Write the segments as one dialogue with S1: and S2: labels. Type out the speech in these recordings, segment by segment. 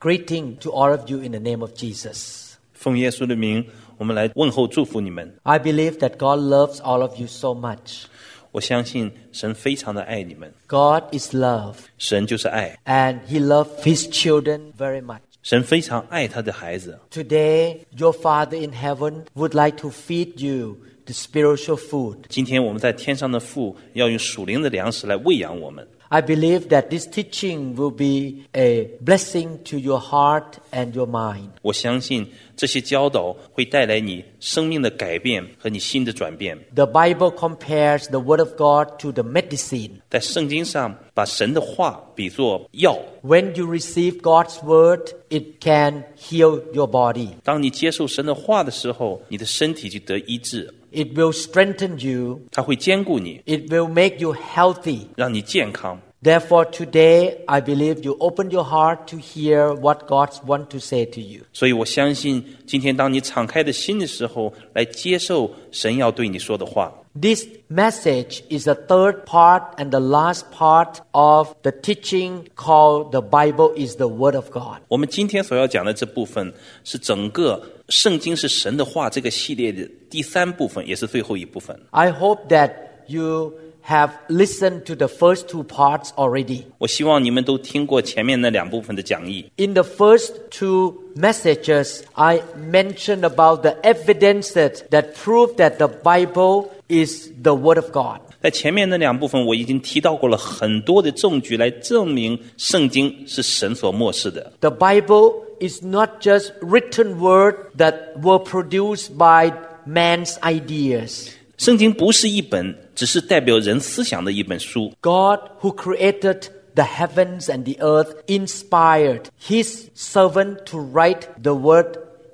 S1: Greeting to all of you in the name of Jesus.
S2: 奉耶稣的名，我们来问候祝福你们。
S1: I believe that God loves all of you so much.
S2: 我相信神非常的爱你们，
S1: God is love,
S2: 神就是爱，
S1: and He loved His children very much.
S2: 神非常爱他的孩子。
S1: Today, your Father in heaven would like to feed you the spiritual food.
S2: 今天我们在天上的父要用属灵的粮食来喂养我们。
S1: I believe that this teaching will be a blessing to your heart and your mind.
S2: 我相信这些教导会带来你生命的改变和你心的转变。
S1: The Bible compares the Word of God to the medicine.
S2: 在圣经上，把神的话比作药，
S1: When you receive God's Word, it can heal your body.
S2: 当你接受神的话的时候，你的身体就得医治，
S1: It will strengthen you.
S2: 它会兼顾你，
S1: It will make you healthy.
S2: 让你健康。
S1: Therefore, today, I believe you open your heart to hear what God wants to say to you.
S2: 所以我相信，今天当你敞开的心的时候，来接受神要对你说的话。
S1: This message is the third part and the last part of the teaching called The Bible is the Word of God.
S2: 我们今天所要讲的这部分，是整个《圣经是神的话》这个系列的第三部分，也是最后一部分。
S1: I hope that you have listened to the first two parts already.
S2: 我希望你们都听过前面那两部分的讲义。
S1: In the first two messages, I mentioned about the evidences that prove that the Bible is the Word of God.
S2: 在前面那两部分，我已经提到过了很多的证据来证明圣经是神所漠视的。
S1: The Bible is not just written word that were produced by man's ideas.
S2: 圣经不是一本只是代表人思想的一本书，
S1: God who created the heavens and the earth inspired his servant to write the word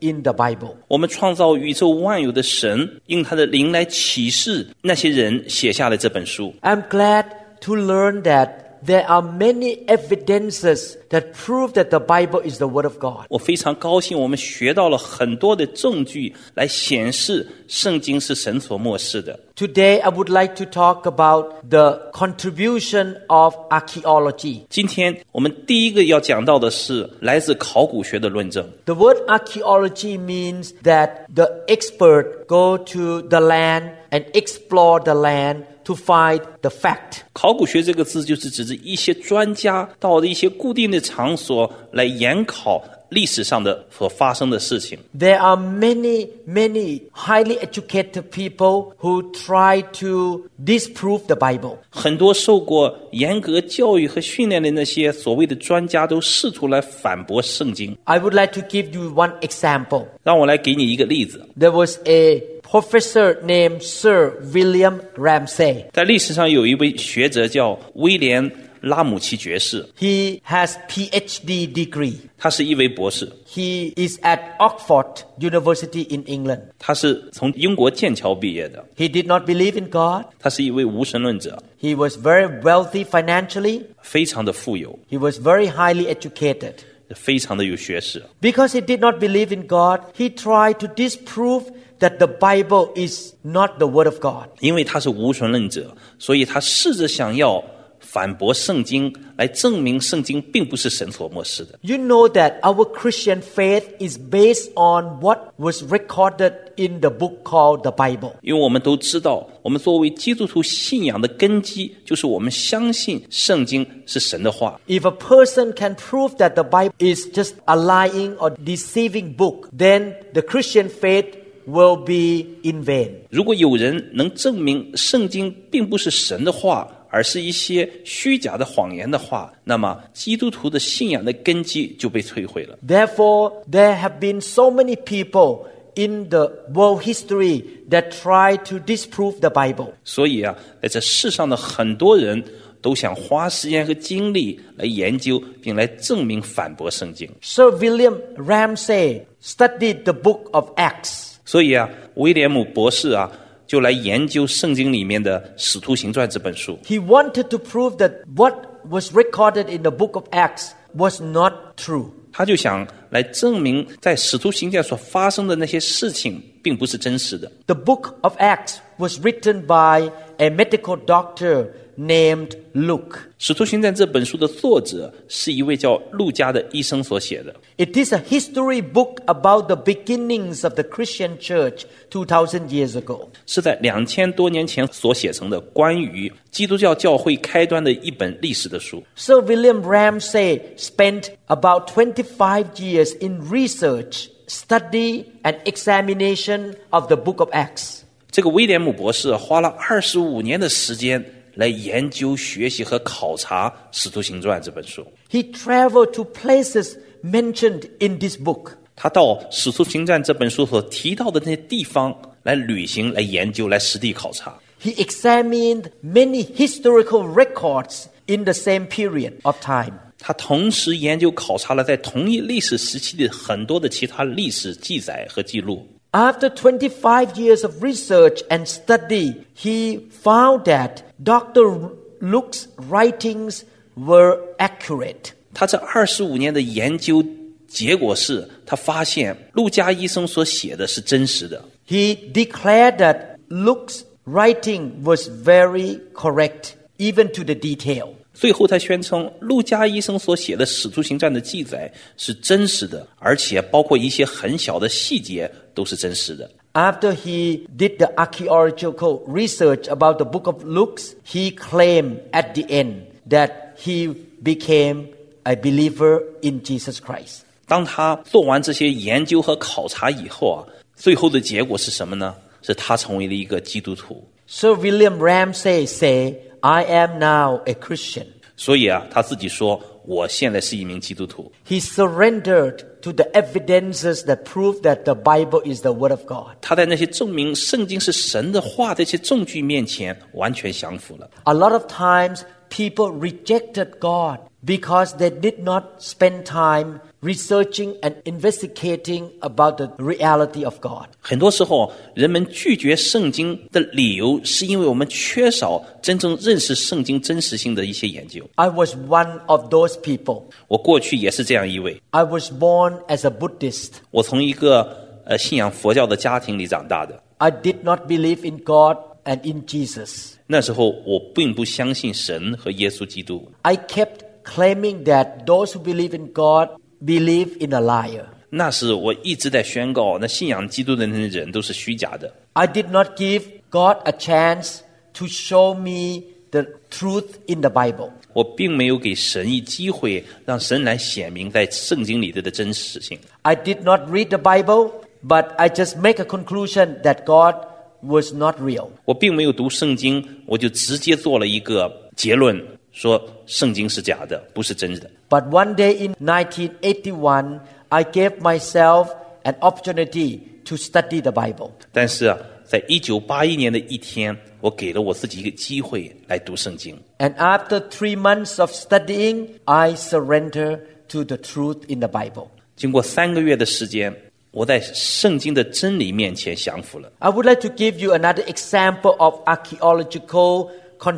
S1: in the Bible.
S2: 我们创造宇宙万有的神，用他的灵来启示那些人写下了这本书。
S1: I'm glad to learn that there are many evidences that prove that the Bible is the word of God.
S2: 我非常高兴，我们学到了很多的证据来显示圣经是神所漠视的。
S1: Today I would like to talk about the contribution of archaeology.
S2: 今天我们第一个要讲到的是来自考古学的论证。
S1: The word archaeology means that the expert go to the land and explore the land to find the fact.
S2: 考古学这个字就是指着一些专家到一些固定的场所来研考历史上的所发生的事情。
S1: There are many, many highly educated people who try to disprove the Bible.
S2: 很多受过严格教育和训练的那些所谓的专家都试图来反驳圣经。
S1: I would like to give you one example.
S2: 让我来给你一个例子，
S1: There was a professor named Sir William Ramsay.
S2: 在历史上有一位学者叫威廉·拉姆齐爵士，
S1: He has PhD degree.
S2: 他是一位博士，
S1: He is at Oxford University in England.
S2: 他是从英国剑桥毕业的，
S1: He did not believe in God.
S2: 他是一位无神论者，
S1: He was very wealthy financially.
S2: 非常的富有，
S1: He was very highly educated.
S2: 非常的有学识。
S1: Because he did not believe in God, he tried to disprove that the Bible is not the Word of God.
S2: 因为他是无神论者，所以他试着想要反驳圣经，来证明圣经并不是神所漠视的。
S1: You know that our Christian faith is based on what was recorded in the book called the Bible.
S2: 因为我们都知道，我们作为基督徒信仰的根基，就是我们相信圣经是神的话。
S1: If a person can prove that the Bible is just a lying or deceiving book, then the Christian faith will be in vain.
S2: 如果有人能证明圣经并不是神的话，而是一些虚假的谎言的话，那么基督徒的信仰的根基就被摧毁了。
S1: Therefore, there have been so many people in the world history that try to disprove the Bible.
S2: 所以啊，在这世上的很多人都想花时间和精力来研究，并来证明反驳圣经。
S1: Sir William Ramsay studied the book of Acts.
S2: 所以啊，威廉姆博士啊，就来研究圣经里面的《使徒行传》这本书。
S1: He wanted to prove that what was recorded in the book of Acts was not true.
S2: 他就想来证明，在《使徒行传》所发生的那些事情，并不是真实的。
S1: The book of Acts was written by a medical doctor named Luke.
S2: 《使徒行传》这本书的作者是一位叫路加的医生所写的。
S1: It is a history book about the beginnings of the Christian church 2,000 years ago.
S2: 是在两千多年前所写成的关于基督教教会开端的一本历史的书。
S1: Sir William Ramsay spent about 25 years in research, study, and examination of the book of Acts.
S2: 这个威廉姆博士花了二十五年的时间来研究、学习和考察《使徒行传》这本书。
S1: He traveled to places mentioned in this book.
S2: 他到《使徒行传》这本书所提到的那些地方来旅行、来研究、来实地考察。
S1: He examined many historical records in the same period of time.
S2: 他同时研究考察了在同一历史时期的很多的其他历史记载和记录。
S1: After 25 years of research and study, he found that Dr. Luke's writings were accurate.
S2: 他这二十五年的研究结果是，他发现陆家医生所写的是真实的。
S1: He declared that Luke's writing was very correct, even to the detail.
S2: 最后，他宣称陆家医生所写的《使徒行传》的记载是真实的，而且包括一些很小的细节都是真实的。
S1: After he did the archaeological research about the book of Luke, he claimed at the end that he became a believer in Jesus Christ.
S2: 当他做完这些研究和考察以后啊，最后的结果是什么呢？是他成为了一个基督徒。
S1: Sir William Ramsay said, I am now a Christian.
S2: 所以啊，他自己说：“我现在是一名基督徒。
S1: He surrendered to the evidences that prove that the Bible is the Word of God. ”
S2: 他在那些证明圣经是神的话的这些证据面前，完全降服了。
S1: A lot of times, people rejected God because they did not spend time researching and investigating about the reality of God.
S2: 很多时候，啊人们拒绝圣经的理由，是因为我们缺少真正认识圣经真实性的一些研究。
S1: I was one of those people.
S2: 我过去也是这样一位，
S1: I was born as a Buddhist.
S2: 我从一个呃信仰佛教的家庭里长大的。
S1: I did not believe in God and in Jesus.
S2: 那时候我并不相信神和耶稣基督，
S1: I kept claiming that those who believe in God believe in a liar.
S2: 那时我一直在宣告，那信仰基督的那些人都是虚假的。
S1: I did not give God a chance to show me the truth in the Bible.
S2: 我并没有给神一机会，让神来显明在圣经里头的真实性。
S1: I did not read the Bible, but I just make a conclusion that God was not real.
S2: 我并没有读圣经，我就直接做了一个结论，说圣经是假的，不是真的。
S1: But one day in 1981, I gave myself an opportunity to study the Bible.
S2: 但是啊，在一九八一年的一天，我给了我自己一个机会来读圣经。
S1: And after three months of studying, I surrender to the truth in the Bible.
S2: 经过三个月的时间，我在圣经的真理面前降服了。
S1: I would like to give you another example of archaeological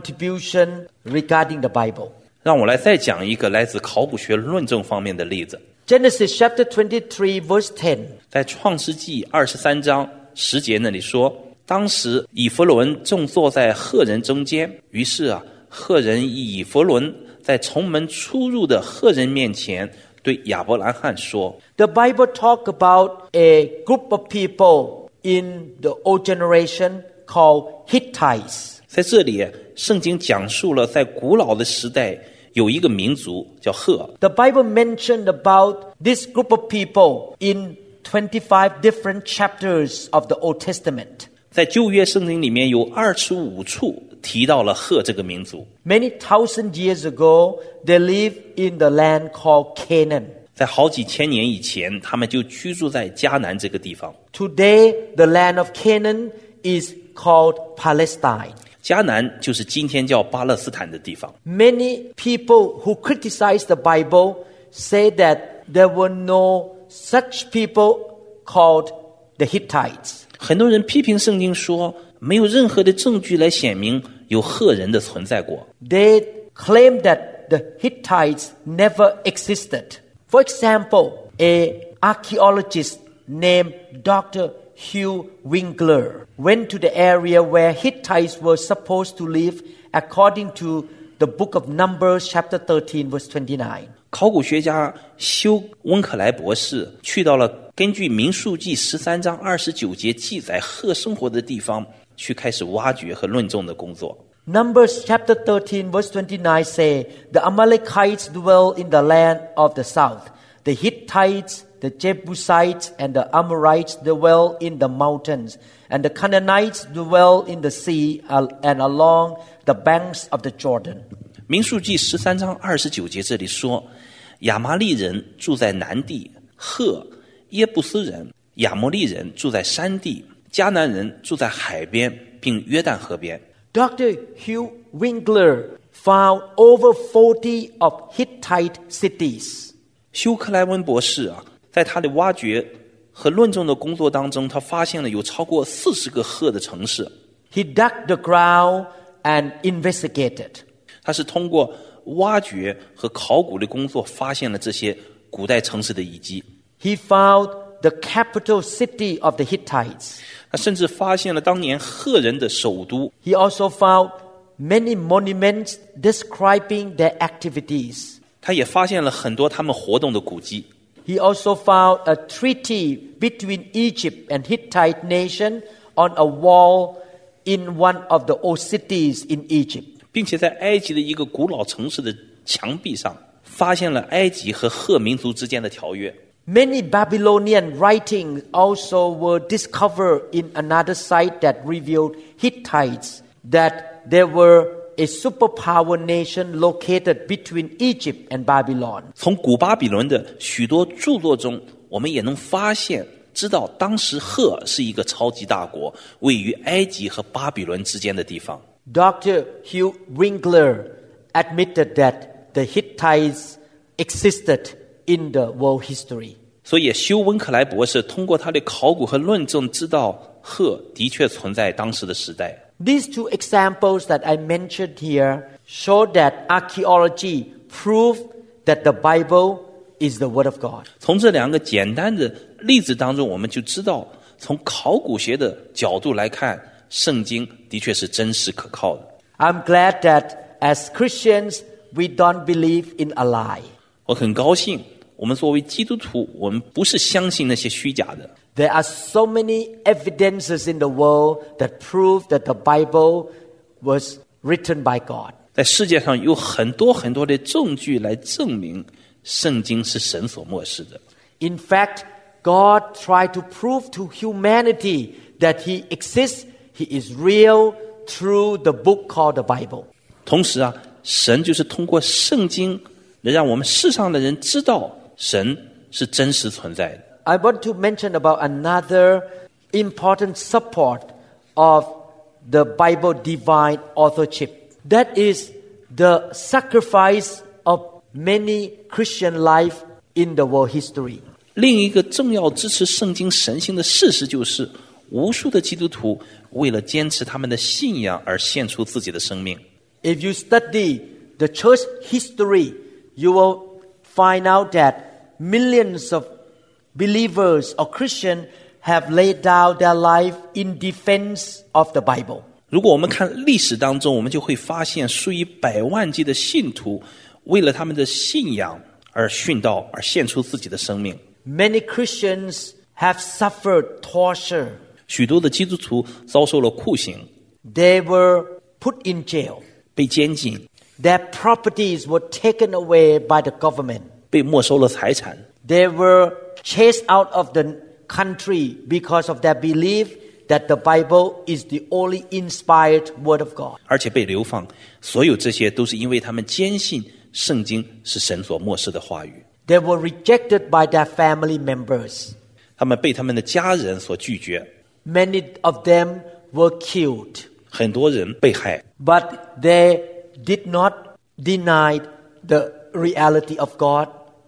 S1: contribution regarding the Bible.
S2: 让我来再讲一个来自考古学论证方面的例子，
S1: Genesis chapter 23, verse 10.
S2: 在创世纪二十三章十节那里说，当时以弗伦正坐在赫人中间，于是啊，赫人以以弗伦在从门出入的赫人面前对亚伯兰罕说，
S1: The Bible talk about a group of people in the old generation called Hittites.
S2: 在这里，啊圣经讲述了在古老的时代有一个民族叫赫，
S1: The Bible mentioned about this group of people in 25 different chapters of the Old Testament.
S2: 在旧约圣经里面有二十五处提到了赫这个民族。
S1: Many thousand years ago, they lived in the land called Canaan.
S2: 在好几千年以前，他们就居住在迦南这个地方。
S1: Today, the land of Canaan is called Palestine.
S2: 迦南就是今天叫巴勒斯坦的地方。
S1: Many people who criticize the Bible say that there were no such people called the Hittites.
S2: 很多人批评圣经说，没有任何的证据来显明有赫人的存在过。
S1: They claim that the Hittites never existed. For example, a archaeologist named Dr. Hugh Winkler went to the area where Hittites were supposed to live according to the book of Numbers, chapter 13, verse 29.
S2: 考古学家休·温克莱博士去到了根据《民数记》十三章二十九节记载鹤生活的地方，去开始挖掘和论证的工作。
S1: Numbers chapter 13 verse 29 say, The Amalekites dwell in the land of the south. The Hittites, the Jebusites, and the Amorites dwell in the mountains. And the Canaanites dwell in the sea al- and along the banks of the Jordan.
S2: 民数记十三章二十九节这里说，亚麻利人住在南地，赫耶布斯人、亚摩利人住在山地，迦南人住在海边，并约旦河边。
S1: Dr. Hugh Winkler found over 40 of Hittite cities.
S2: 休·克莱温博士啊，在他的挖掘和论证的工作当中，他发现了有超过四十个赫的城市。
S1: He dug the ground and investigated.
S2: 他是通过挖掘和考古的工作，发现了这些古代城市的遗迹。
S1: He found the capital city of the Hittites.
S2: 他甚至发现了当年赫人的首都。
S1: He also found many monuments describing their activities.
S2: 他也发现了很多他们活动的古迹。
S1: He also found a treaty between Egypt and Hittite nation on a wall in one of the old cities in Egypt.
S2: 并且在埃及的一个古老城市的墙壁上发现了埃及和赫民族之间的条约。
S1: Many Babylonian writings also were discovered in another site that revealed Hittites that they were a superpower nation located between Egypt and Babylon.
S2: 从古巴比伦的许多著作中，我们也能发现，知道当时赫是一个超级大国，位于埃及和巴比伦之间的地方。
S1: Dr. Hugh Winkler admitted that the Hittites existed in the world history.
S2: 所以，休·温克莱博士通过他的考古和论证，知道赫的确存在当时的时代。
S1: These two examples that I mentioned here show that archaeology proved that the Bible is the Word of God.
S2: 从这两个简单的例子当中，我们就知道，从考古学的角度来看，圣经的确是真实可靠的。
S1: I'm glad that as Christians, we don't believe in a lie.
S2: 我很高兴，我们作为基督徒，我们不是相信那些虚假的。
S1: There are so many evidences in the world that prove that the Bible was written by God.
S2: 在世界上有很多很多的证据来证明圣经是神所漠视的。
S1: In fact, God tried to prove to humanity that He exists, He is real through the book called the Bible.
S2: 同时啊，神就是通过圣经，能让我们世上的人知道神是真实存在的。
S1: I want to mention about another important support of the Bible divine authorship. That is the sacrifice of many Christian life in the world history.
S2: 另一个重要支持圣经神性的事实就是，无数的基督徒为了坚持他们的信仰而献出自己的生命。
S1: If you study the church history, you will find out that millions of believers or Christians have laid down their life in defense of the Bible.
S2: 如果我们看历史当中，我们就会发现数以百万计的信徒为了他们的信仰而殉道，而献出自己的生命。
S1: Many Christians have suffered torture.
S2: 许多的基督徒遭受了酷刑，
S1: They were put in jail.
S2: 被监禁，
S1: Their properties were taken away by the government.
S2: 被没收了财产，
S1: They were chased out of the country because of their belief that the Bible is the only inspired Word of God.
S2: 而且被流放。所有这些都是因为他们坚信圣经是神所漠视的话语。
S1: They were rejected by their family members.
S2: 他们被他们的家人所拒绝，
S1: Many of them were killed,
S2: 很多人被害，
S1: but they did not deny the reality of God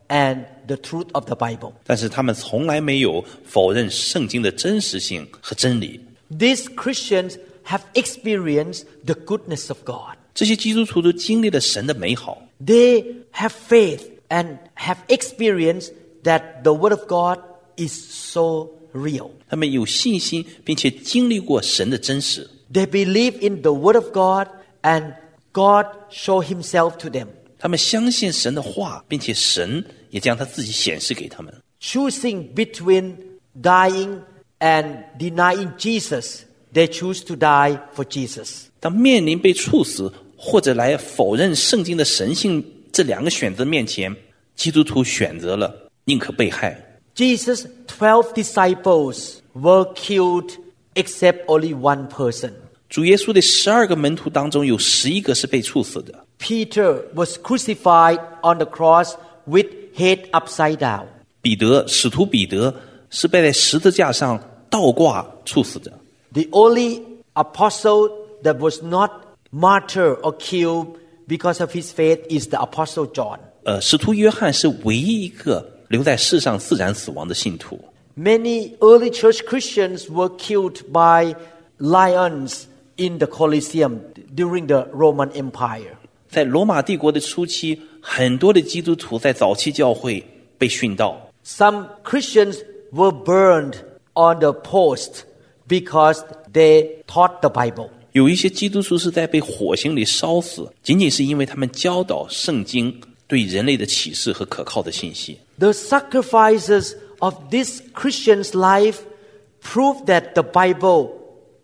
S1: and the truth of the Bible.
S2: 但是他们从来没有否认圣经的真实性和真理。
S1: These Christians have experienced the goodness of God.
S2: 这些基督徒都经历了神的美好，
S1: They have faith and have experienced that the Word of God is so real.
S2: 他们有信心，并且经历过神的真实。
S1: They believe in the Word of God and God showed himself to them,
S2: 他们相信神的话，并且神也将他自己显示给他们。
S1: choosing between dying and denying Jesus. They choose to die for Jesus.
S2: 当面临被处死或者来否认圣经的神性这两个选择面前，基督徒选择了宁可被害。
S1: Jesus' 12 disciples were killed except only one person.
S2: 主耶稣的十二个门徒当中，有十一个是被处死的。
S1: Peter was crucified on the cross with head upside down.
S2: 彼得，使徒彼得是被在十字架上倒挂处死的。
S1: The only apostle that was not martyred or killed because of his faith is the apostle John.
S2: 呃，使徒约翰是唯一一个留在世上自然死亡的信徒。
S1: Many early church Christians were killed by lions in the Colosseum during the Roman Empire.
S2: 在罗马帝国的初期，很多的基督徒在早期教会被殉道，
S1: Some Christians were burned on the post because they taught the Bible.
S2: 有一些基督徒是在被火星里烧死，仅仅是因为他们教导圣经对人类的启示和可靠的信息。
S1: The sacrifices of this Christian's life prove that the Bible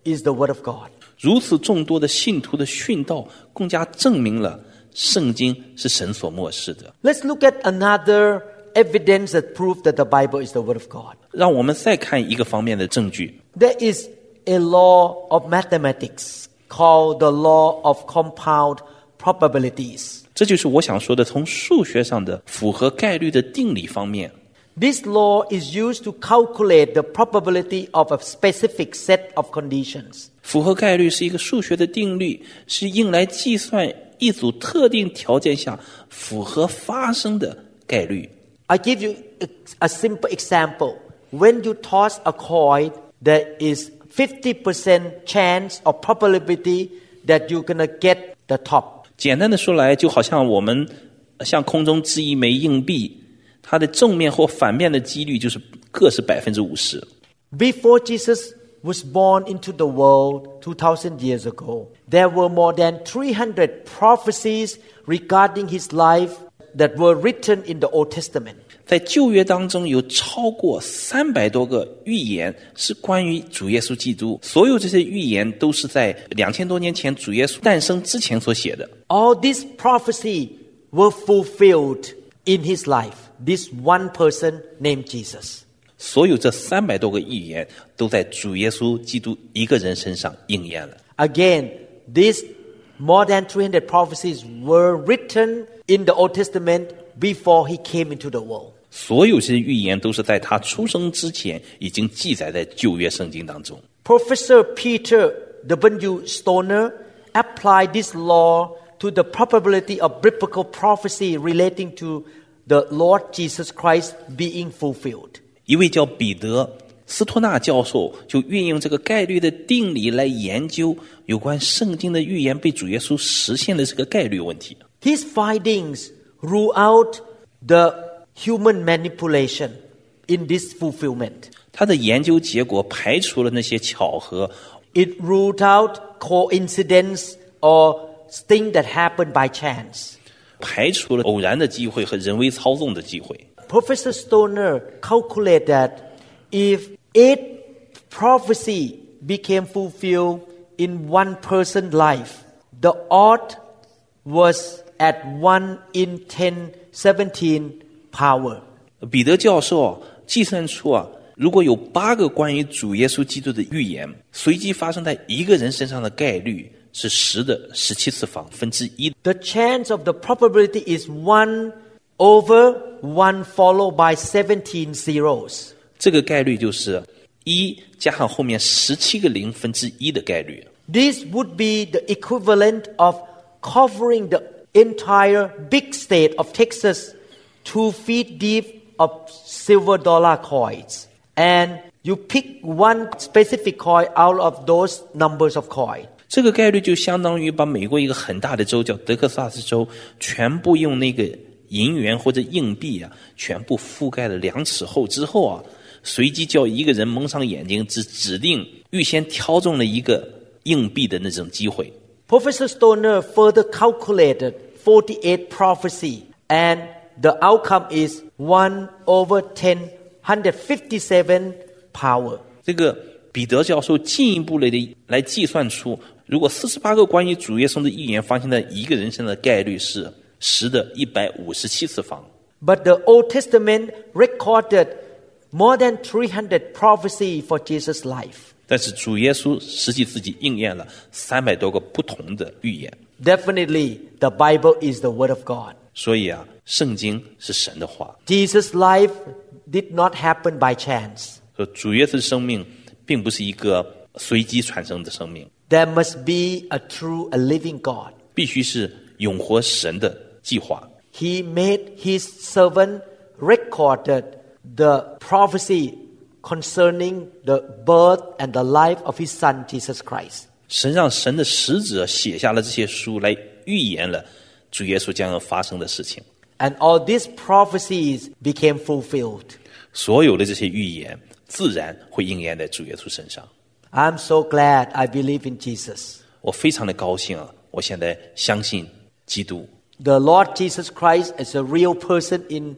S1: is the Word of God.
S2: 如此众多的信徒的殉道，更加证明了圣经是神所漠视的。
S1: Let's look at another evidence that proves that the Bible is the Word of God.
S2: 让我们再看一个方面的证据，
S1: There is a law of mathematics called the law of compound probabilities.
S2: 这就是我想说的，从数学上的符合概率的定理方面，
S1: This law is used to calculate the probability of a specific set of conditions.
S2: 符合概率是一个数学的定律，是用来计算一组特定条件下符合发生的概率。
S1: I give you ex- a simple example. When you toss a coin, there is 50% chance or probability that you're going to get the top.
S2: 简单的说来，就好像我们呃向空中掷一枚硬币，它的正面或反面的几率就是各是百分之五十。
S1: Before Jesus was born into the world 2000 years ago, there were more than 300 prophecies regarding his life that were written in the Old Testament.
S2: 在旧约当中，有超过三百多个预言是关于主耶稣基督，所有这些预言都是在两千多年前主耶稣诞生之前所写的。
S1: All these prophecy were fulfilled in his life. This one person named Jesus.
S2: 所有这三百多个预言都在主耶稣基督一个人身上应验了。
S1: Again, these more than 300 prophecies were written in the Old Testament before he came into the world.
S2: 所有这些预言都是在他出生之前已经记载在旧约圣经当中。
S1: Professor Peter W. Stoner applied this law to the probability of biblical prophecy relating to the Lord Jesus Christ being fulfilled.
S2: 一位叫彼得·斯托纳教授就运用这个概率的定理来研究有关圣经的预言被主耶稣实现的这个概率问题。
S1: His findings rule out the human manipulation in this fulfillment.
S2: 他的研究结果排除了那些巧合，
S1: It ruled out coincidence or thing that happened by chance.
S2: 排除了偶然的机会和人为操纵的机会。
S1: Professor Stoner calculated that if eight prophecy became fulfilled in one person's life, the odd was at one in 10, 17 power.
S2: 彼得教授啊计算出啊，如果有八个关于主耶稣基督的预言随机发生在一个人身上的概率是十的十七次方分之一
S1: The chance of the probability is 1 over 1 followed by 17 zeros.
S2: 这个概率就是一加上后面十七个零分之一的概率。
S1: This would be the equivalent of covering the entire big state of Texas 2 feet deep of silver dollar coins. And you pick one specific coin out of those numbers of coins.
S2: 这个概率就相当于把美国一个很大的州叫德克萨斯州，全部用那个银元或者硬币啊，全部覆盖了两尺厚之后啊，随机叫一个人蒙上眼睛，只指定预先挑中了一个硬币的那种机会。
S1: Professor Stoner further calculated 48 prophecy and the outcome is 1 over 10, 157 power.
S2: 这个彼得教授进一步来的来计算出，如果四十八个关于主耶稣的预言发现在一个人身上的概率是十的一百五十七次方，
S1: But the Old Testament recorded more than 300 prophecy for Jesus' life.
S2: 但是主耶稣实际自己应验了三百多个不同的预言。
S1: Definitely, the Bible is the Word of God.
S2: 所以啊，圣经是神的话，
S1: Jesus' life did not happen by chance.
S2: 说主耶稣的生命并不是一个随机产生的生命，
S1: There must be a true, a living God.
S2: 必须是永活神的计划。
S1: He made his servant recorded the prophecy concerning the birth and the life of his son Jesus Christ.
S2: 神让神的使者写下了这些书，来预言了主耶稣将要发生的事情。
S1: And all these prophecies became fulfilled.
S2: 所有的这些预言，自然会应验在主耶稣身上。
S1: I'm so glad I believe in Jesus.
S2: 我非常的高兴啊！我现在相信基督，
S1: The Lord Jesus Christ is a real person in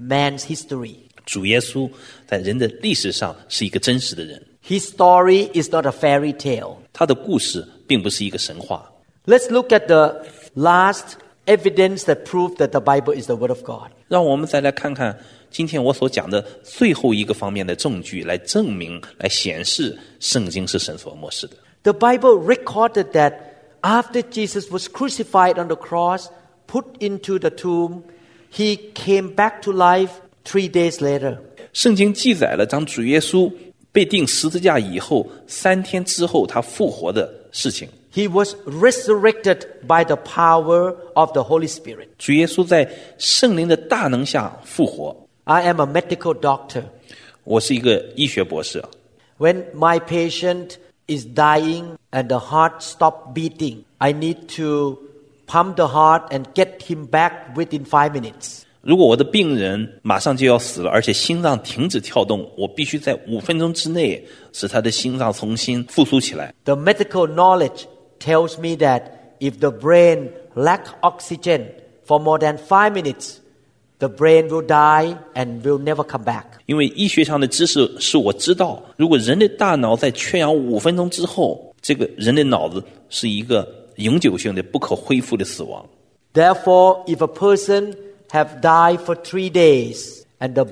S1: man's history.
S2: 主耶稣在人的历史上是一个真实的人，
S1: His story is not a fairy tale.
S2: 他的故事并不是一个神话。
S1: Let's look at the last evidence that proves that the Bible is the Word of God.
S2: 让我们再来看看今天我所讲的最后一个方面的证据，来证明、来显示圣经是神所漠视的。
S1: The Bible recorded that after Jesus was crucified on the cross, put into the tomb, he came back to life three days later.
S2: 圣经记载了当主耶稣被钉十字架以后，三天之后他复活的事情。
S1: He was resurrected by the power of the Holy Spirit.
S2: 主耶稣在圣灵的大能下复活。
S1: I am a medical doctor.
S2: 我是一个医学博士，啊
S1: When my patient is dying and the heart stops beating, I need to pump the heart and get him back within five minutes.
S2: 如果我的病人马上就要死了，而且心脏停止跳动，我必须在五分钟之内使他的心脏重新复苏起来。
S1: The medical knowledge tells me that if the brain lacks oxygen for more than five minutes, the brain will die and will never come back.
S2: 因为医学上的知识是我知道，如果人的大脑在缺氧五分钟之后，这个人的脑子是一个永久性的、不可恢复的死亡。
S1: Therefore, if a person have died for three days and the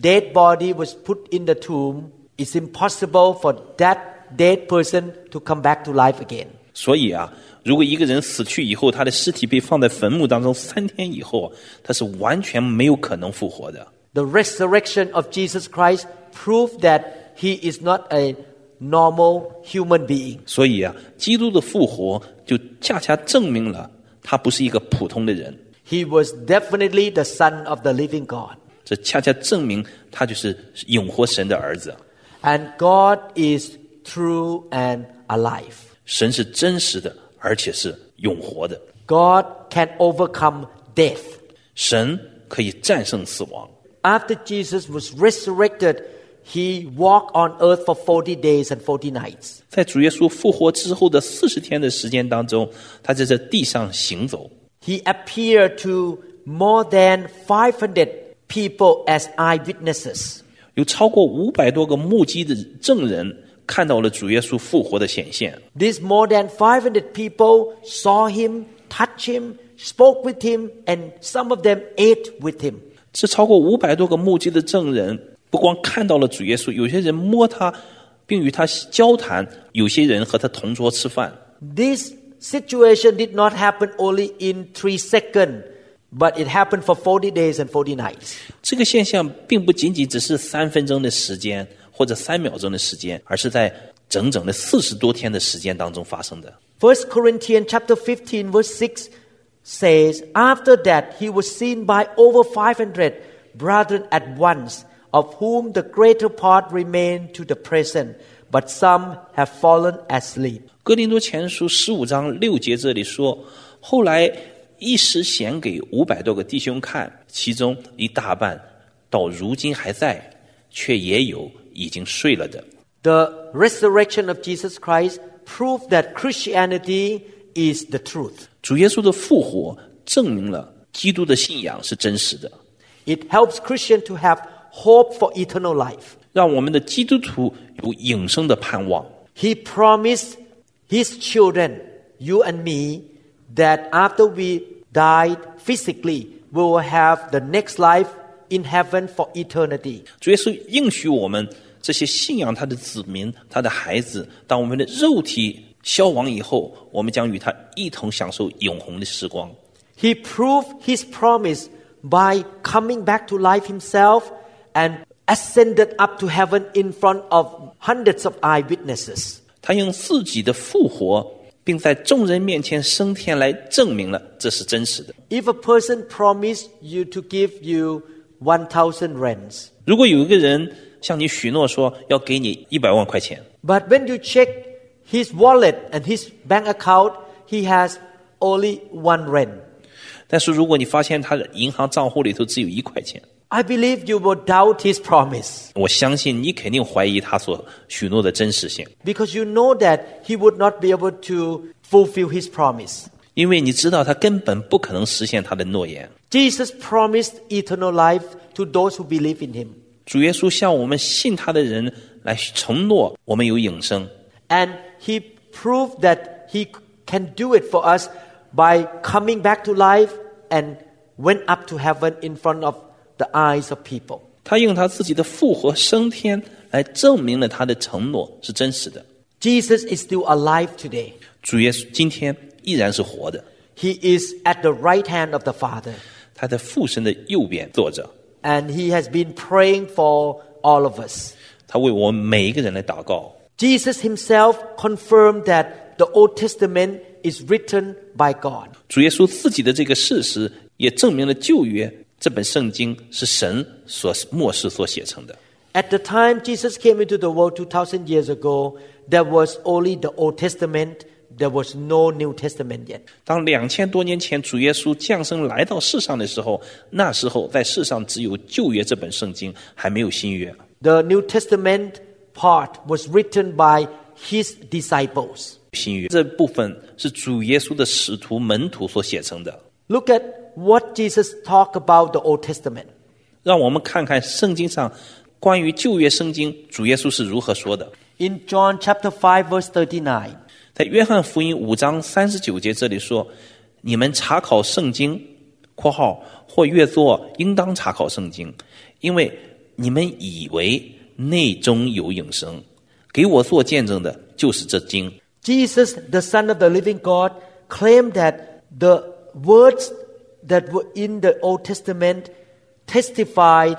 S1: dead body was put in the tomb, it's impossible for that dead person to come back to life again.
S2: 所以啊，如果一个人死去以后，他的尸体被放在坟墓当中三天以后，他是完全没有可能复活的。
S1: The resurrection of Jesus Christ proved that he is not a normal human being.
S2: 所以啊，基督的复活就恰恰证明了他不是一个普通的人，
S1: He was definitely the son of the living God.
S2: 这恰恰证明他就是永活神的儿子。
S1: And God is true and alive.
S2: 神是真实的，而且是永活的。
S1: God can overcome death.
S2: 神可以战胜死亡。
S1: After Jesus was resurrected, he walked on earth for 40 days and 40 nights.
S2: 在主耶稣复活之后的四十天的时间当中，他在这地上行走，
S1: He appeared to more than 500 people as eyewitnesses.
S2: 有超过五百多个目击的证人看到了主耶稣复活的显现。
S1: These more than 500 people saw him, touched him, spoke with him, and some of them ate with him.
S2: 这超过五百多个目击的证人，不光看到了主耶稣，有些人摸他，并与他交谈；有些人和他同桌吃饭。
S1: This situation did not happen only in three seconds, but it happened for 40 days and 40 nights.
S2: 这个现象并不仅仅只是三分钟的时间或者三秒钟的时间，而是在整整的四十多天的时间当中发生的。
S1: First Corinthians chapter 15 verse 6 says, After that he was seen by over 500 brethren at once, of whom the greater part remain to the present, but some have fallen asleep.
S2: 哥林多前书十五章六节这里说，后来一时显给五百多个弟兄看，其中一大半到如今还在，却也有已经睡了的。
S1: The resurrection of Jesus Christ proved that Christianity is the truth.
S2: 主耶稣的复活证明了基督的信仰是真实的，
S1: It helps Christian to have hope for eternal life.
S2: 让我们的基督徒有永生的盼望。
S1: He promised his children, you and me, that after we died physically, we will have the next life in heaven for eternity.
S2: 主耶稣应许我们这些信仰他的子民、他的孩子，当我们的肉体消亡以后，我们将与他一同享受永恒的时光。
S1: He proved his promise by coming back to life himself and ascended up to heaven in front of hundreds of eyewitnesses.
S2: 他用自己的复活，并在众人面前升天，来证明了这是真实的。
S1: If a person promised you to give you 1,000 rands,
S2: 如果有一个人向你许诺说要给你一百万块钱，
S1: But when you check his wallet and his bank account, he has only one rent.
S2: 但是如果你发现他的银行账户里头只有一块钱，
S1: I believe you will doubt his promise
S2: 我相信你肯定怀疑他所许诺的真实性，
S1: because you know that he would not be able to fulfill his promise.
S2: 因为你知道他根本不可能实现他的诺言。
S1: Jesus promised eternal life to those who believe in him.
S2: 主耶稣向我们信他的人来承诺，我们有永生。
S1: And he proved that he can do it for us by coming back to life and went up to heaven in front of the eyes of people.
S2: 他用他自己的复活升天来证明了他的承诺是真实的。
S1: Jesus is still alive today.
S2: 主耶稣今天依然是活的，
S1: He is at the right hand of the Father,
S2: 他在父神的右边坐着，
S1: and He has been praying for all of us.
S2: 他为我们每一个人来祷告。
S1: Jesus Himself confirmed that the Old Testament is written by God.
S2: 主耶稣自己的这个事实，也证明了旧约这本圣经是神所漠视所写成的。
S1: At the time Jesus came into the world 2,000 years ago, there was only the Old Testament, there was no New Testament yet.
S2: 当两千多年前主耶稣降生来到世上的时候，那时候在世上只有旧约这本圣经，还没有新约。
S1: The New Testament part was written by His disciples.
S2: 新约这部分是主耶稣的使徒门徒所写成的。
S1: Look at what Jesus talked about the Old Testament.
S2: 让我们看看圣经上关于旧约圣经主耶稣是如何说的。
S1: In John chapter 5 verse 39,
S2: 在约翰福音五章三十九节这里说：“你们查考圣经（括号或阅作应当查考圣经），因为你们以为内中有永生。给我做见证的就是这经。
S1: Jesus, the Son of the Living God, claimed that the words that were in the Old Testament testified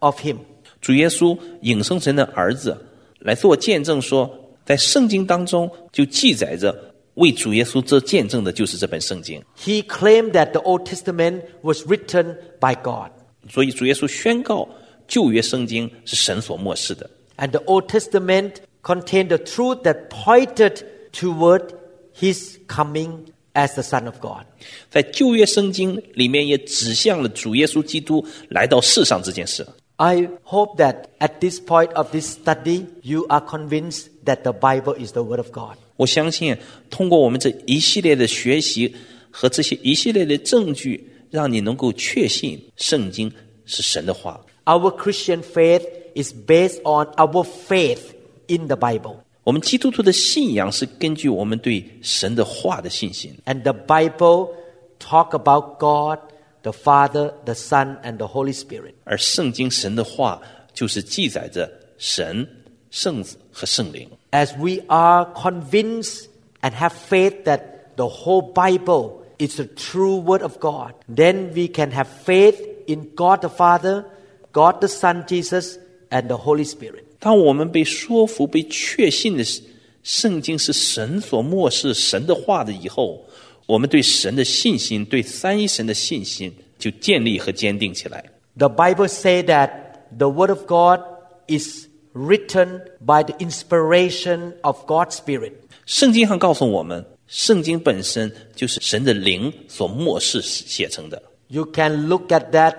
S1: of him. ”
S2: 主耶稣永生神的儿子来做见证说，在圣经当中就记载着为主耶稣做见证的就是这本圣经。
S1: He claimed that the Old Testament was written by God,
S2: 所以主耶稣宣告旧约圣经是神所漠视的。
S1: and the Old Testament contained the truth that pointed toward his coming as the Son of God.
S2: 在旧约圣经里面也指向了主耶稣基督来到世上这件事。
S1: I hope that at this point of this study, you are convinced that the Bible is the Word of God.
S2: 我相信，通过我们这一系列的学习和这些一系列的证据，让你能够确信圣经是神的话。
S1: Our Christian faith is based on our faith in the Bible.
S2: 我们基督徒的信仰是根据我们对神的话的信心，
S1: And the Bible talk about God, the Father, the Son, and the Holy Spirit.
S2: 而圣经神的话就是记载着神、圣子和圣灵。
S1: As we are convinced and have faith that the whole Bible is the true Word of God, then we can have faith in God the Father, God the Son, Jesus, and the Holy Spirit.
S2: 当我们被说服、被确信的是圣经是神所漠视、神的话的以后，我们对神的信心、对三一神的信心就建立和坚定起来。
S1: The Bible say that the word of God is written by the inspiration of God's spirit.
S2: 圣经上告诉我们，圣经本身就是神的灵所漠视写成的。
S1: You can look at that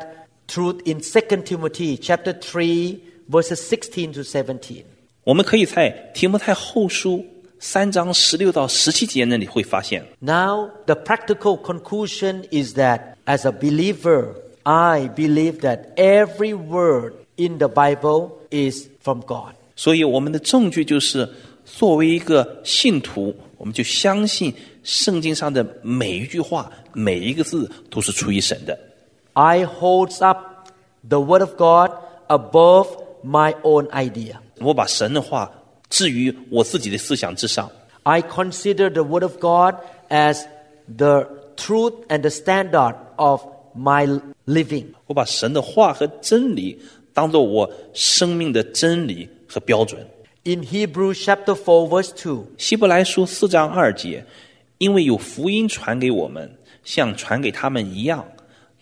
S1: truth in 2 Timothy chapter 3 verses 16 to 17.
S2: 我们可以在提摩太后书三章十六到十七节那里会发现，
S1: Now, the practical conclusion is that as a believer, I believe that every word in the Bible is from God.
S2: 所以我们的证据就是，作为一个信徒，我们就相信圣经上的每一句话、每一个字都是出于神的。
S1: I holds up the word of God above my own idea.
S2: 我把神的话置于我自己的思想之上，
S1: I consider the word of God as the truth and the standard of my living.
S2: 我把神的话和真理当做我生命的真理和标准。
S1: In Hebrews chapter 4 verse 2,
S2: 希伯来书四章二节，因为有福音传给我们，像传给他们一样，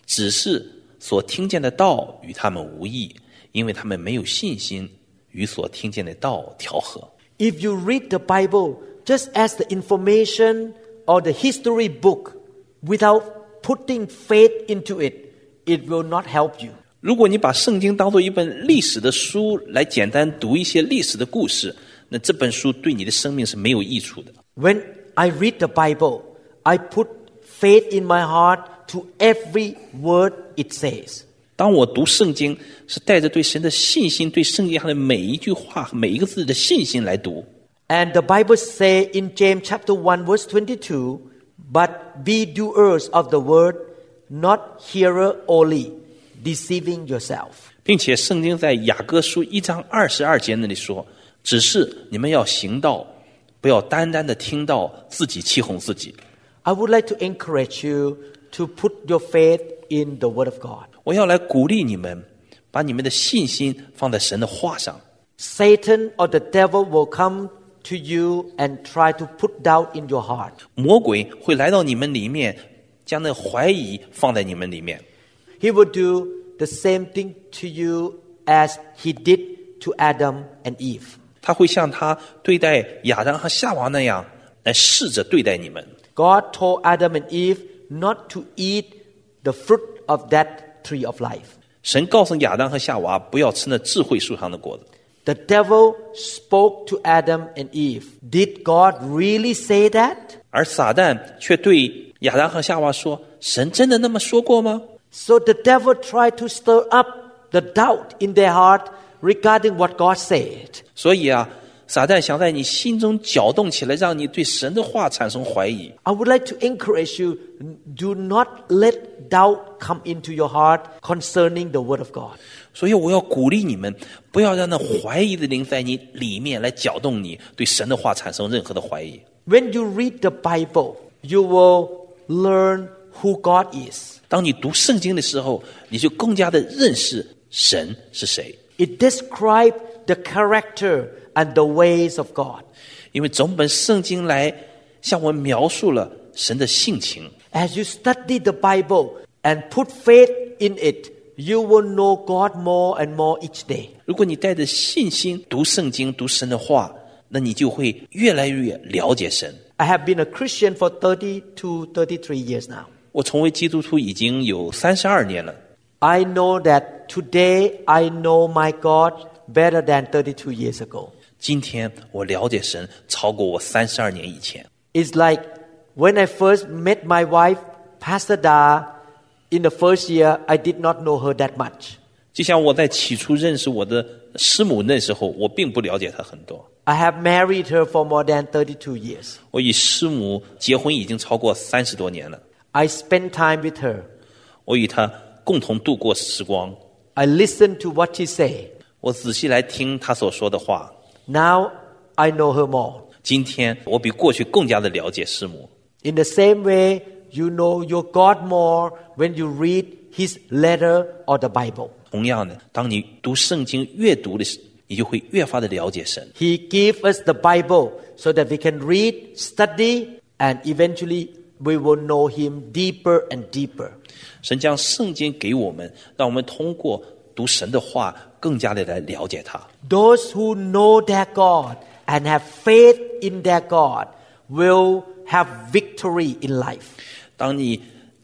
S2: 只是所听见的道与他们无异，因为他们没有信心与所听见的道调和。
S1: If you read the Bible just as the information or the history book without putting faith into it, it will not help you.
S2: 如果你把圣经当做一本历史的书来简单读一些历史的故事，那这本书对你的生命是没有益处的。
S1: When I read the Bible, I put faith in my heart to every word it says.
S2: 当我读圣经，是带着对神的信心，对圣经上的每一句话和每一个字的信心来读。
S1: And the Bible say in James chapter 1 verse 22, but be doers of the word, not hearer only, deceiving yourself.
S2: 并且圣经在雅各书一章二十二节那里说：“只是你们要行道，不要单单的听到自己欺哄自己。
S1: I would like to encourage you to put your faith in the Word of God. ”
S2: 我要来鼓励你们，把你们的信心放在神的话上。
S1: Satan or the devil will come to you and try to put doubt in your heart.
S2: 魔鬼会来到你们里面，将那怀疑放在你们里面。
S1: He will do the same thing to you as he did to Adam and Eve.
S2: 他会像他对待亚当和夏娃那样来试着对待你们。
S1: God told Adam and Eve not to eat the fruit of that tree of life.
S2: 神告诉亚当和夏娃不要吃那智慧树上的果子。
S1: The devil spoke to Adam and Eve. Did God really say that?
S2: 而撒旦却对亚当和夏娃说：“神真的那么说过吗
S1: So the devil tried to stir up the doubt in their heart regarding what God said.？”
S2: 所以啊，撒旦想在你心中搅动起来，让你对神的话产生怀疑。
S1: I would like to encourage you do not let doubt come into your heart concerning the Word of God.
S2: 所以我要鼓励你们，不要让那怀疑的灵在你里面来搅动你，对神的话产生任何的怀疑。
S1: When you read the Bible, you will learn who God is.
S2: 当你读圣经的时候，你就更加的认识神是谁，
S1: It describes the character and the ways of God.
S2: 因为整本圣经来向我们描述了神的性情。
S1: As you study the Bible and put faith in it, you will know God more and more each day.
S2: 如果你带着信心读圣经、读神的话，那你就会越来越了解神。
S1: I have been a Christian for 32, 33 years now.
S2: 我成为基督徒已经有三十二年了，
S1: I know that today I know my God better than 32 years ago.
S2: 今天我了解神超过我三十二年以前。
S1: It's like when I first met my wife, Pastor Da, in the first year, I did not know her that much.
S2: 就像我在起初认识我的师母那时候，我并不了解她很多。
S1: I have married her for more than 32 years.
S2: 我与师母结婚已经超过三十多年了，
S1: I spent time with her.
S2: 我与她共同度过时光。
S1: I listened to what she say.
S2: 我仔细来听她所说的话。
S1: Now I know her more.
S2: 今天我比过去更加的了解师母。
S1: In the same way, you know your God more when you read his letter or the Bible.
S2: 同样的，当你读圣经越读的时，你就会越发的了解神。
S1: He gave us the Bible so that we can read, study, and eventually we will know Him deeper and deeper.
S2: 神将圣经给我们，让我们通过读神的话，更加的来了解他。
S1: Those who know their God and have faith in their God will have victory in life.
S2: 当你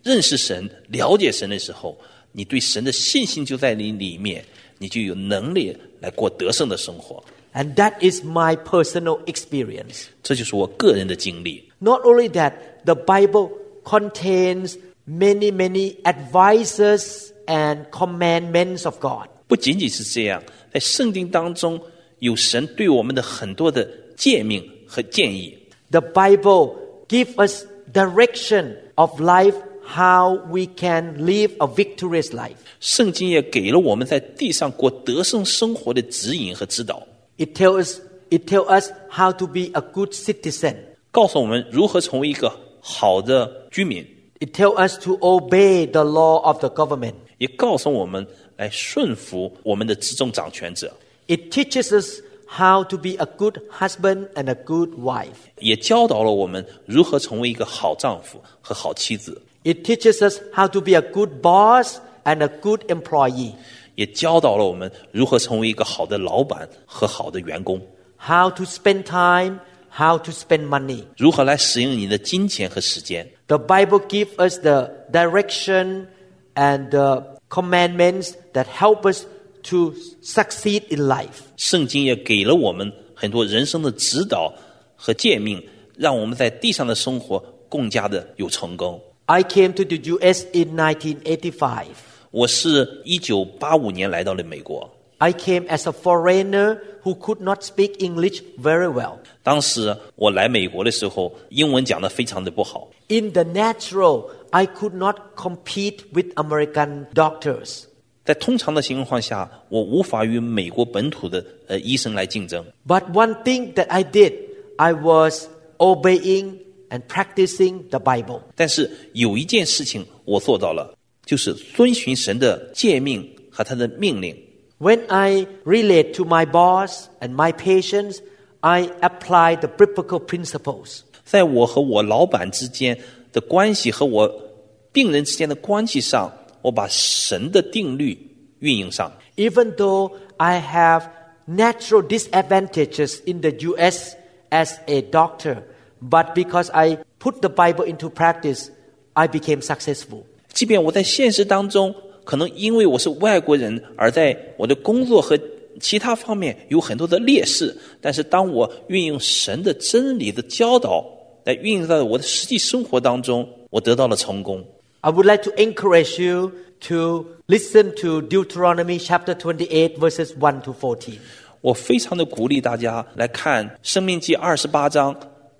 S2: 认识神、了解神的时候，你对神的信心就在你里面，你就有能力来过得胜的生活。
S1: And that is my personal experience.
S2: 这就是我个人的经历。
S1: Not only that, the Bible contains many, many advices and commandments of God.
S2: 不仅仅是这样，在圣经当中有神对我们的很多的诫命和建议。
S1: The Bible gives us direction of life, how we can live a victorious life.
S2: 圣经也给了我们在地上过得胜生活的指引和指导，
S1: It tells us, it tells us how to be a good citizen.
S2: 告诉我们如何成为一个好的居民，
S1: It tells us to obey the law of the government.
S2: 也告诉我们来顺服我们的执政掌权者，
S1: It teaches us how to be a good husband and a good wife.
S2: 也教导了我们如何成为一个好丈夫和好妻子，
S1: It teaches us how to be a good boss and a good employee,
S2: 也教导了我们如何成为一个好的老板和好的员工，
S1: how to spend time, how to spend money.
S2: 如何来使用你的金钱和时间。
S1: The Bible gives us the direction and the commandments that help us to succeed in life.
S2: 圣经也给了我们很多人生的指导和诫命，让我们在地上的生活更加的有成功。
S1: I came to the US in 1985.
S2: 我是一九八五年来到了美国，
S1: I came as a foreigner who could not speak English very well.
S2: 当时我来美国的时候，英文讲得非常的不好，
S1: In the natural, I could not compete with American doctors.
S2: 在通常的情况下，我无法与美国本土的呃医生来竞争。
S1: But one thing that I did, I was obeying and practicing the Bible.
S2: 但是有一件事情我做到了，就是遵循神的诫命和他的命令。
S1: When I relate to my boss and my patients, I apply the biblical principles.
S2: 在我和我老板之间的关系和我病人之间的关系上，我把神的定律运用上。
S1: Even though I have natural disadvantages in the US as a doctor, but because I put the Bible into practice, I became successful.
S2: 即便我在现实当中，可能因为我是外国人，而在我的工作和其他方面有很多的劣势，但是当我运用神的真理的教导来运用到我的实际生活当中，我得到了成功。
S1: I would like to encourage you to listen to Deuteronomy chapter 28, verses 1 to 14.
S2: 我非常的鼓励大家来看《生命记》二十八章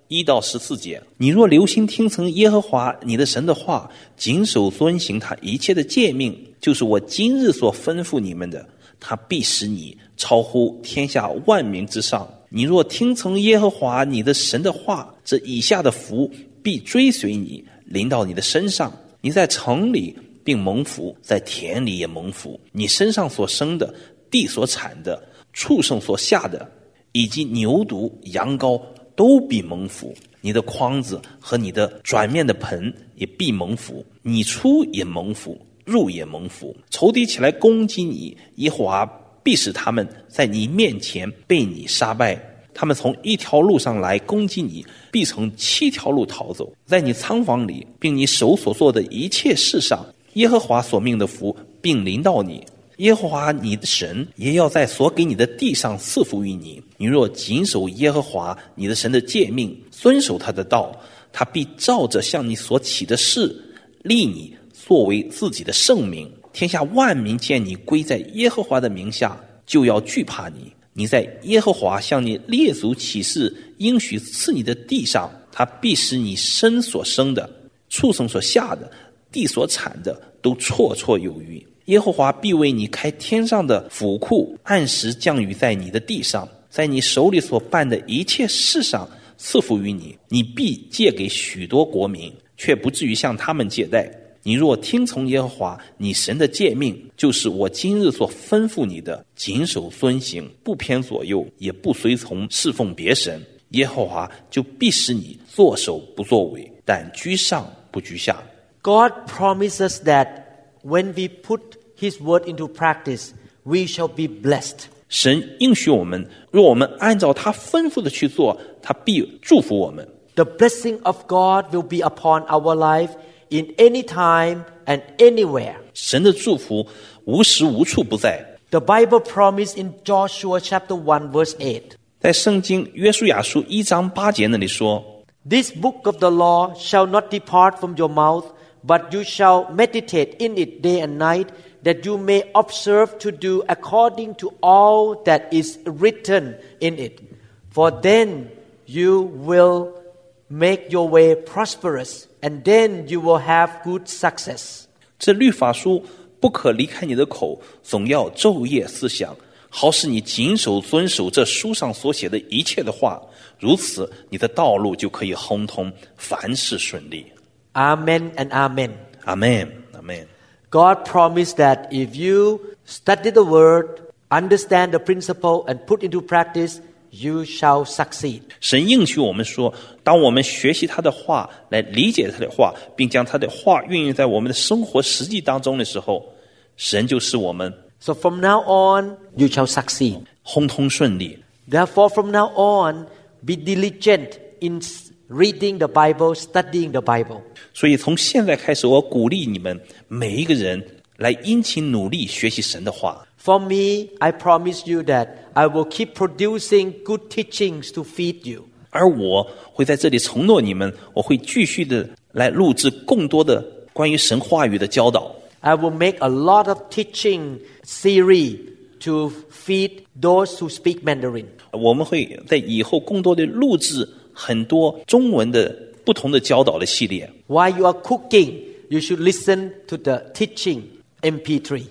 S2: 一到十四节。你若留心听从耶和华你的神的话，谨守遵行他一切的诫命，就是我今日所吩咐你们的，他必使你超乎天下万民之上。你若听从耶和华你的神的话，这以下的福必追随你，临到你的身上。你在城里并蒙福，在田里也蒙福。你身上所生的，地所产的，畜生所下的，以及牛犊、羊羔，都必蒙福。你的筐子和你的转面的盆也必蒙福。你出也蒙福，入也蒙福。仇敌起来攻击你，耶和华必使他们在你面前被你杀败。他们从一条路上来攻击你，必从七条路逃走。在你仓房里，并你手所做的一切事上，耶和华所命的福，并临到你。耶和华你的神也要在所给你的地上赐福于你。你若谨守耶和华你的神的诫命，遵守他的道，他必照着向你所起的事，立你作为自己的圣名。天下万民见你归在耶和华的名下，就要惧怕你。你在耶和华向你列祖起誓应许赐你的地上，他必使你身所生的、畜生所下的、地所产的都绰绰有余。耶和华必为你开天上的府库，按时降雨在你的地上，在你手里所办的一切事上赐福于你。你必借给许多国民，却不至于向他们借贷。你若听从耶和华你神的诫命，就是我今日所吩咐你的，谨守遵行，不偏左右，也不随从侍奉别神，耶和华就必使你作首不作尾，但居上不居下。
S1: God promises that when we put His word into practice, we shall be blessed.
S2: 神应许我们，若我们按照他吩咐的去做，他必祝福我们。
S1: The blessing of God will be upon our life in any time and anywhere.
S2: 神的祝福无时无处不在，
S1: The Bible promised in Joshua chapter 1 verse 8.
S2: 在圣经约书亚书一章八节那里说
S1: This book of the law shall not depart from your mouth, but you shall meditate in it day and night, that you may observe to do according to all that is written in it. For then you will make your way prosperous, and then you will have good success.：“
S2: 这律法书不可离开你的口，总要昼夜思想，好使你谨守遵守这书上所写的一切的话。如此，你的道路就可以亨通，凡事顺利。
S1: Amen and amen. ”
S2: 阿门，阿门。
S1: God promised that if you study the word, understand the principle, and put into practice, you shall succeed.
S2: 神应许我们说，当我们学习他的话，来理解他的话，并将他的话运用在我们的生活实际当中的时候，神就使我们
S1: So from now on, you shall succeed.
S2: 亨通顺利。
S1: Therefore, from now on, be diligent in s- reading the Bible, studying the Bible.
S2: 所以从现在开始，我鼓励你们每一个人来殷勤努力学习神的话。
S1: For me, I promise you that I will keep producing good teachings to feed you.
S2: 而我会在这里承诺你们，我会继续的来录制更多的关于神话语的教导。
S1: I will make a lot of teaching series to feed those who speak Mandarin.
S2: 我们会在以后更多的录制很多中文的不同的教导的系列。
S1: While you are cooking, you should listen to the teaching MP3.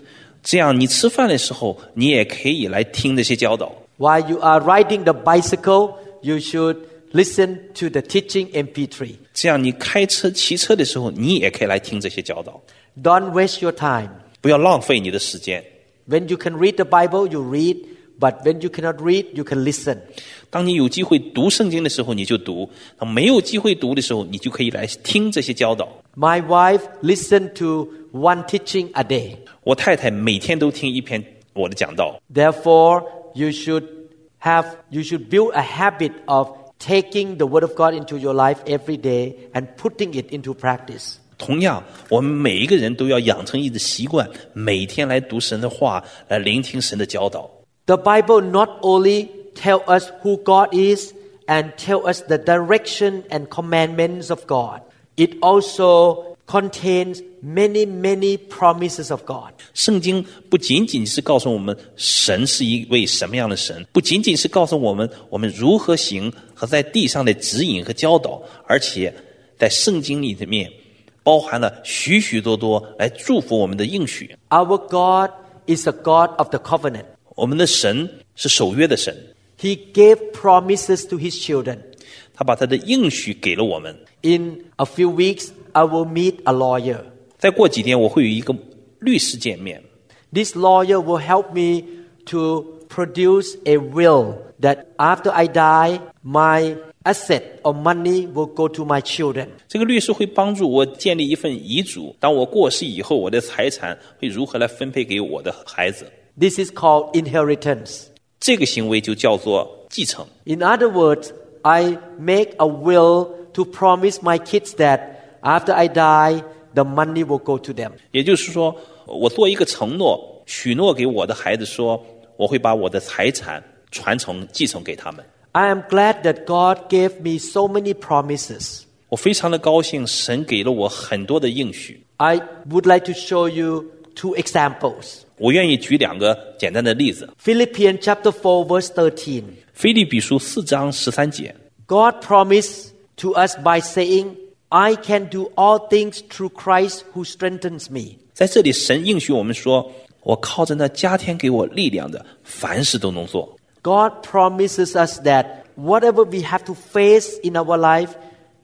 S2: 这样，你吃饭的时候，你也可以来听这些教导。
S1: While you are riding the bicycle, you should listen to the teaching MP3.
S2: 这样，你开车、骑车的时候，你也可以来听这些教导。
S1: Don't waste your time.
S2: 不要浪费你的时间。
S1: When you can read the Bible, you read, but when you cannot read, you can listen.
S2: 当你有机会读圣经的时候，你就读；当没有机会读的时候，你就可以来听这些教导。
S1: My wife listened to one teaching a day.
S2: 我太太每天都听一篇我的讲道，
S1: Therefore, you should have you should build a habit of taking the word of God into your life every day and putting it into practice.
S2: 同样，我们每一个人都要养成一个习惯，每天来读神的话，来聆听神的教导。
S1: The Bible not only tell us who God is and tell us the direction and commandments of God. It also contains many many promises of God.
S2: 圣经不仅仅是告诉我们神是一位什么样的神，不仅仅是告诉我们我们如何行和在地上的指引和教导，而且在圣经里面包含了许许多多来祝福我们的应许。
S1: Our God is a God of the covenant.
S2: 我们的神是守约的神，
S1: He gave promises to his children.
S2: 他把他的应许给了我们。
S1: In a few weeks I will meet a lawyer.
S2: 再过几天，我会有一个律师见面，
S1: This lawyer will help me to produce a will that after I die, my asset or money will go to my children.
S2: 这个律师会帮助我建立一份遗嘱。当我过世以后，我的财产会如何来分配给我的孩子？
S1: This is called inheritance.
S2: 这个行为就叫做继承。
S1: In other words, I make a will to promise my kids that after I die, the money will go to them.
S2: 也就是说，我做一个承诺，许诺给我的孩子说，我会把我的财产传承继承给他们。
S1: I am glad that God gave me so many promises.
S2: 我非常的高兴，神给了我很多的应许。
S1: I would like to show you two examples.
S2: 我愿意举两个简单的例子：
S1: Philippians chapter 4 verse 13.
S2: 菲利比书四章十三节，
S1: God promised to us by saying, I can do all things through Christ who strengthens me.
S2: 在这里，神应许我们说：“我靠着那加添给我力量的，凡事都能做。
S1: God promises us that whatever we have to face in our life,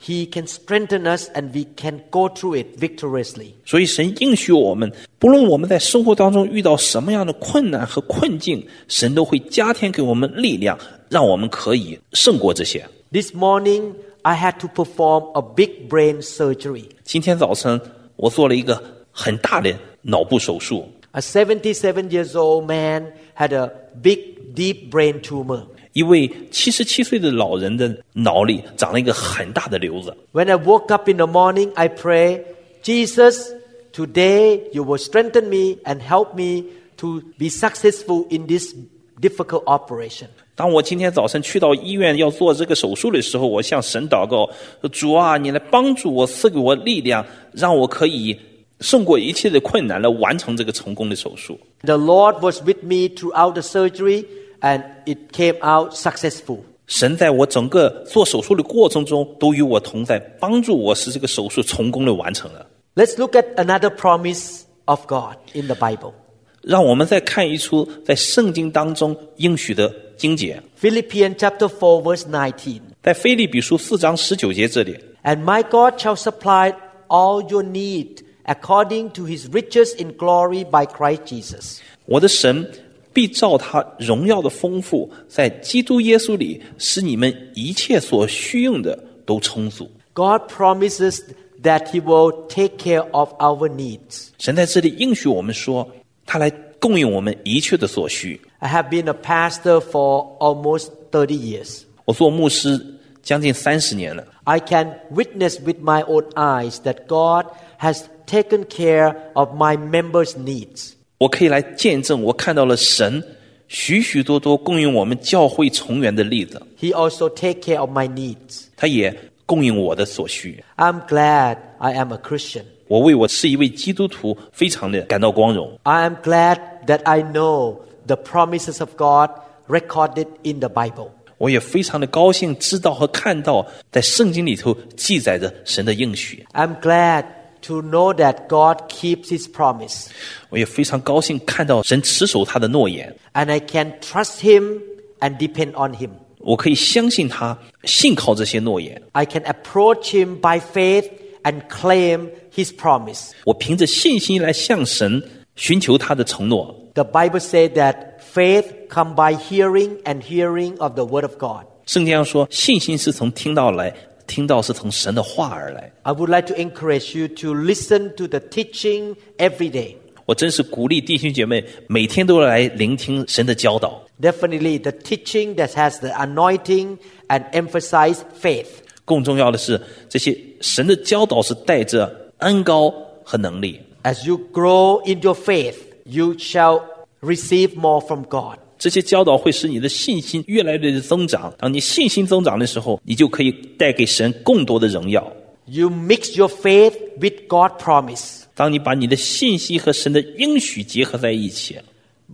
S1: He can strengthen us and we can go through it victoriously. ”
S2: 所以，神应许我们，不论我们在生活当中遇到什么样的困难和困境，神都会加添给我们力量，让我们可以胜过这些。
S1: This morning, I had to perform a big brain surgery.
S2: 今天早晨，我做了一个很大的脑部手术。
S1: A 77 years old man had a big, deep brain tumor.
S2: 一位七十七岁的老人的脑里长了一个很大的瘤子。
S1: When I woke up in the morning, I pray, Jesus, today you will strengthen me and help me to be successful in this difficult operation.
S2: 当我今天早晨去到医院要做这个手术的时候，我向神祷告说：“主啊，你来帮助我，赐给我力量，让我可以胜过一切的困难，来完成这个成功的手术。
S1: The Lord was with me throughout the surgery and it came out successful. ”
S2: 神在我整个做手术的过程中都与我同在，帮助我使这个手术成功的完成了。
S1: Let's look at another promise of God in the Bible.
S2: 让我们再看一出在圣经当中应许的经节，
S1: Philippians chapter 4 verse 19.
S2: 在菲利比书四章十九节这里，
S1: And my God shall supply all your need according to his riches in glory by Christ Jesus.
S2: 我的神必照他荣耀的丰富，在基督耶稣里，使你们一切所需用的都充足。
S1: God promises that he will take care of our needs.
S2: 神在这里应许我们说，他来供应我们一切的所需。
S1: I have been a pastor for almost 30 years.
S2: 我做牧师将近三十年了，
S1: I can witness with my own eyes that God has taken care of my members' needs.
S2: 我可以来见证，我看到了神许许多多供应我们教会成员的例子，
S1: He also take care of my needs.
S2: 他也供应我的所需。
S1: I'm glad I am a Christian.
S2: 我为我是一位基督徒，非常的感到光荣。
S1: I am glad that I know the promises of God recorded in the Bible.
S2: 我也非常的高兴知道和看到，在圣经里头记载着神的应许。
S1: I'm glad to know that God keeps his promise
S2: 我也非常高兴看到神持守他的诺言。
S1: and I can trust him and depend on him.
S2: 我可以相信他，信靠这些诺言。
S1: I can approach him by faith and claim his promise.
S2: 我凭着信心来向神寻求他的承诺。
S1: The Bible says that faith come by hearing and hearing of the word of God.
S2: 圣经上说，信心是从听到来，听到是从神的话而来。
S1: I would like to encourage you to listen to the teaching every day.
S2: 我真是鼓励弟兄姐妹每天都来聆听神的教导。
S1: Definitely the teaching that has the anointing and emphasize faith.
S2: 更重要的是，这些神的教导是带着恩高和能力。
S1: As you grow in your faith, you shall receive more from God.
S2: 这些教导会使你的信心越来越的增长。当你信心增长的时候，你就可以带给神更多的荣耀。
S1: You mix your faith with God promise.
S2: 当你把你的信息和神的应许结合在一起，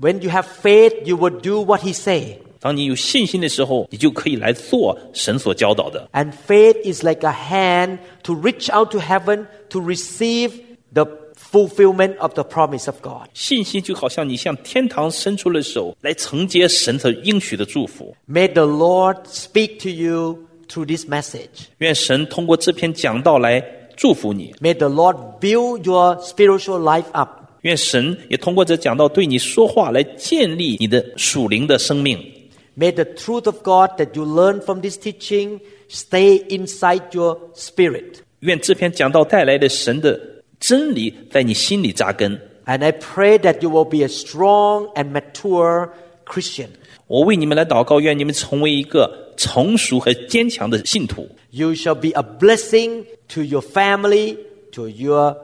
S1: When you have faith, you will do what he say.
S2: 当你有信心的时候，你就可以来做神所教导的。
S1: And faith is like a hand to reach out to heaven to receive the fulfillment of the promise of God.
S2: 信心就好像你向天堂伸出了手，来承接神所应许的祝福。
S1: May the Lord speak to you through this message.
S2: 愿神通过这篇讲道来祝福你，
S1: May the Lord build your spiritual life up.
S2: 愿神也通过这讲道对你说话，来建立你的属灵的生命。
S1: May the truth of God that you learn from this teaching stay inside your spirit.
S2: 愿这篇讲道带来的神的真理在你心里扎根。
S1: And I pray that you will be a strong and mature Christian.
S2: 我为你们来祷告，愿你们成为一个成熟和坚强的信徒。
S1: You shall be a blessing to your family, to your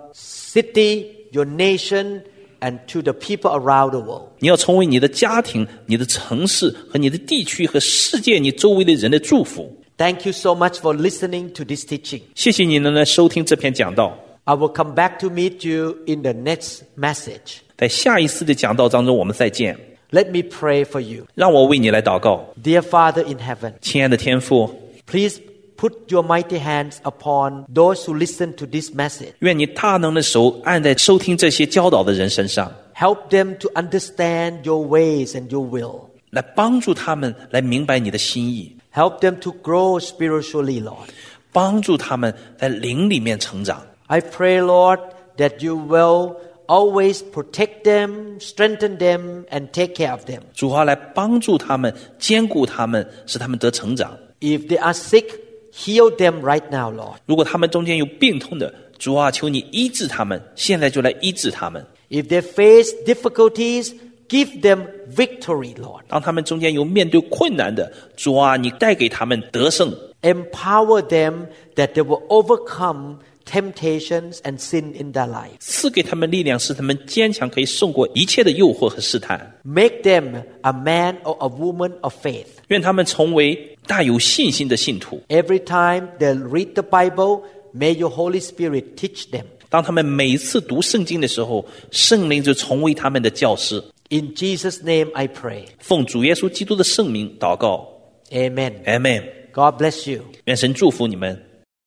S1: city, your nation, and to the people around the world.
S2: 你要成为你的家庭、你的城市和你的地区和世界你周围的人的祝福。
S1: Thank you so much for listening to this teaching.
S2: 谢谢你能来收听这篇讲道。
S1: I will come back to meet you in the next message.
S2: 在下一次的讲道当中，我们再见。
S1: Let me pray for you.
S2: 让我为你来祷告，
S1: Dear Father in heaven,
S2: 亲爱的天父，
S1: please put your mighty hands upon those who listen to this message.
S2: 愿你大能的手按在收听这些教导的人身上，
S1: Help them to understand your ways and your will.
S2: 来帮助他们来明白你的心意，
S1: Help them to grow spiritually, Lord.
S2: 帮助他们在灵里面成长。
S1: I pray, Lord, that you will always protect them, strengthen them, and take care of them.
S2: 主啊，来帮助他们，兼顾他们，使他们得成长。
S1: If they are sick, heal them right now, Lord.
S2: 如果他们中间有病痛的，主啊，求你医治他们，现在就来医治他们。
S1: If they face difficulties, give them victory, Lord.
S2: 当他们中间有面对困难的，主啊，你带给他们得胜，
S1: Empower them that they will overcome temptations and sin in their life.
S2: 赐给他们力量，使他们坚强，可以胜过一切的诱惑和试探。
S1: Make them a man or a woman of faith.
S2: 愿他们成为大有信心的信徒。
S1: Every time they read the Bible, may your Holy Spirit teach them.
S2: 当他们每次读圣经的时候，圣灵就成为他们的教师。
S1: In Jesus' name I pray.
S2: 奉主耶稣基督的圣名祷告
S1: Amen.
S2: ，Amen。
S1: God bless you.
S2: 愿神祝福你们。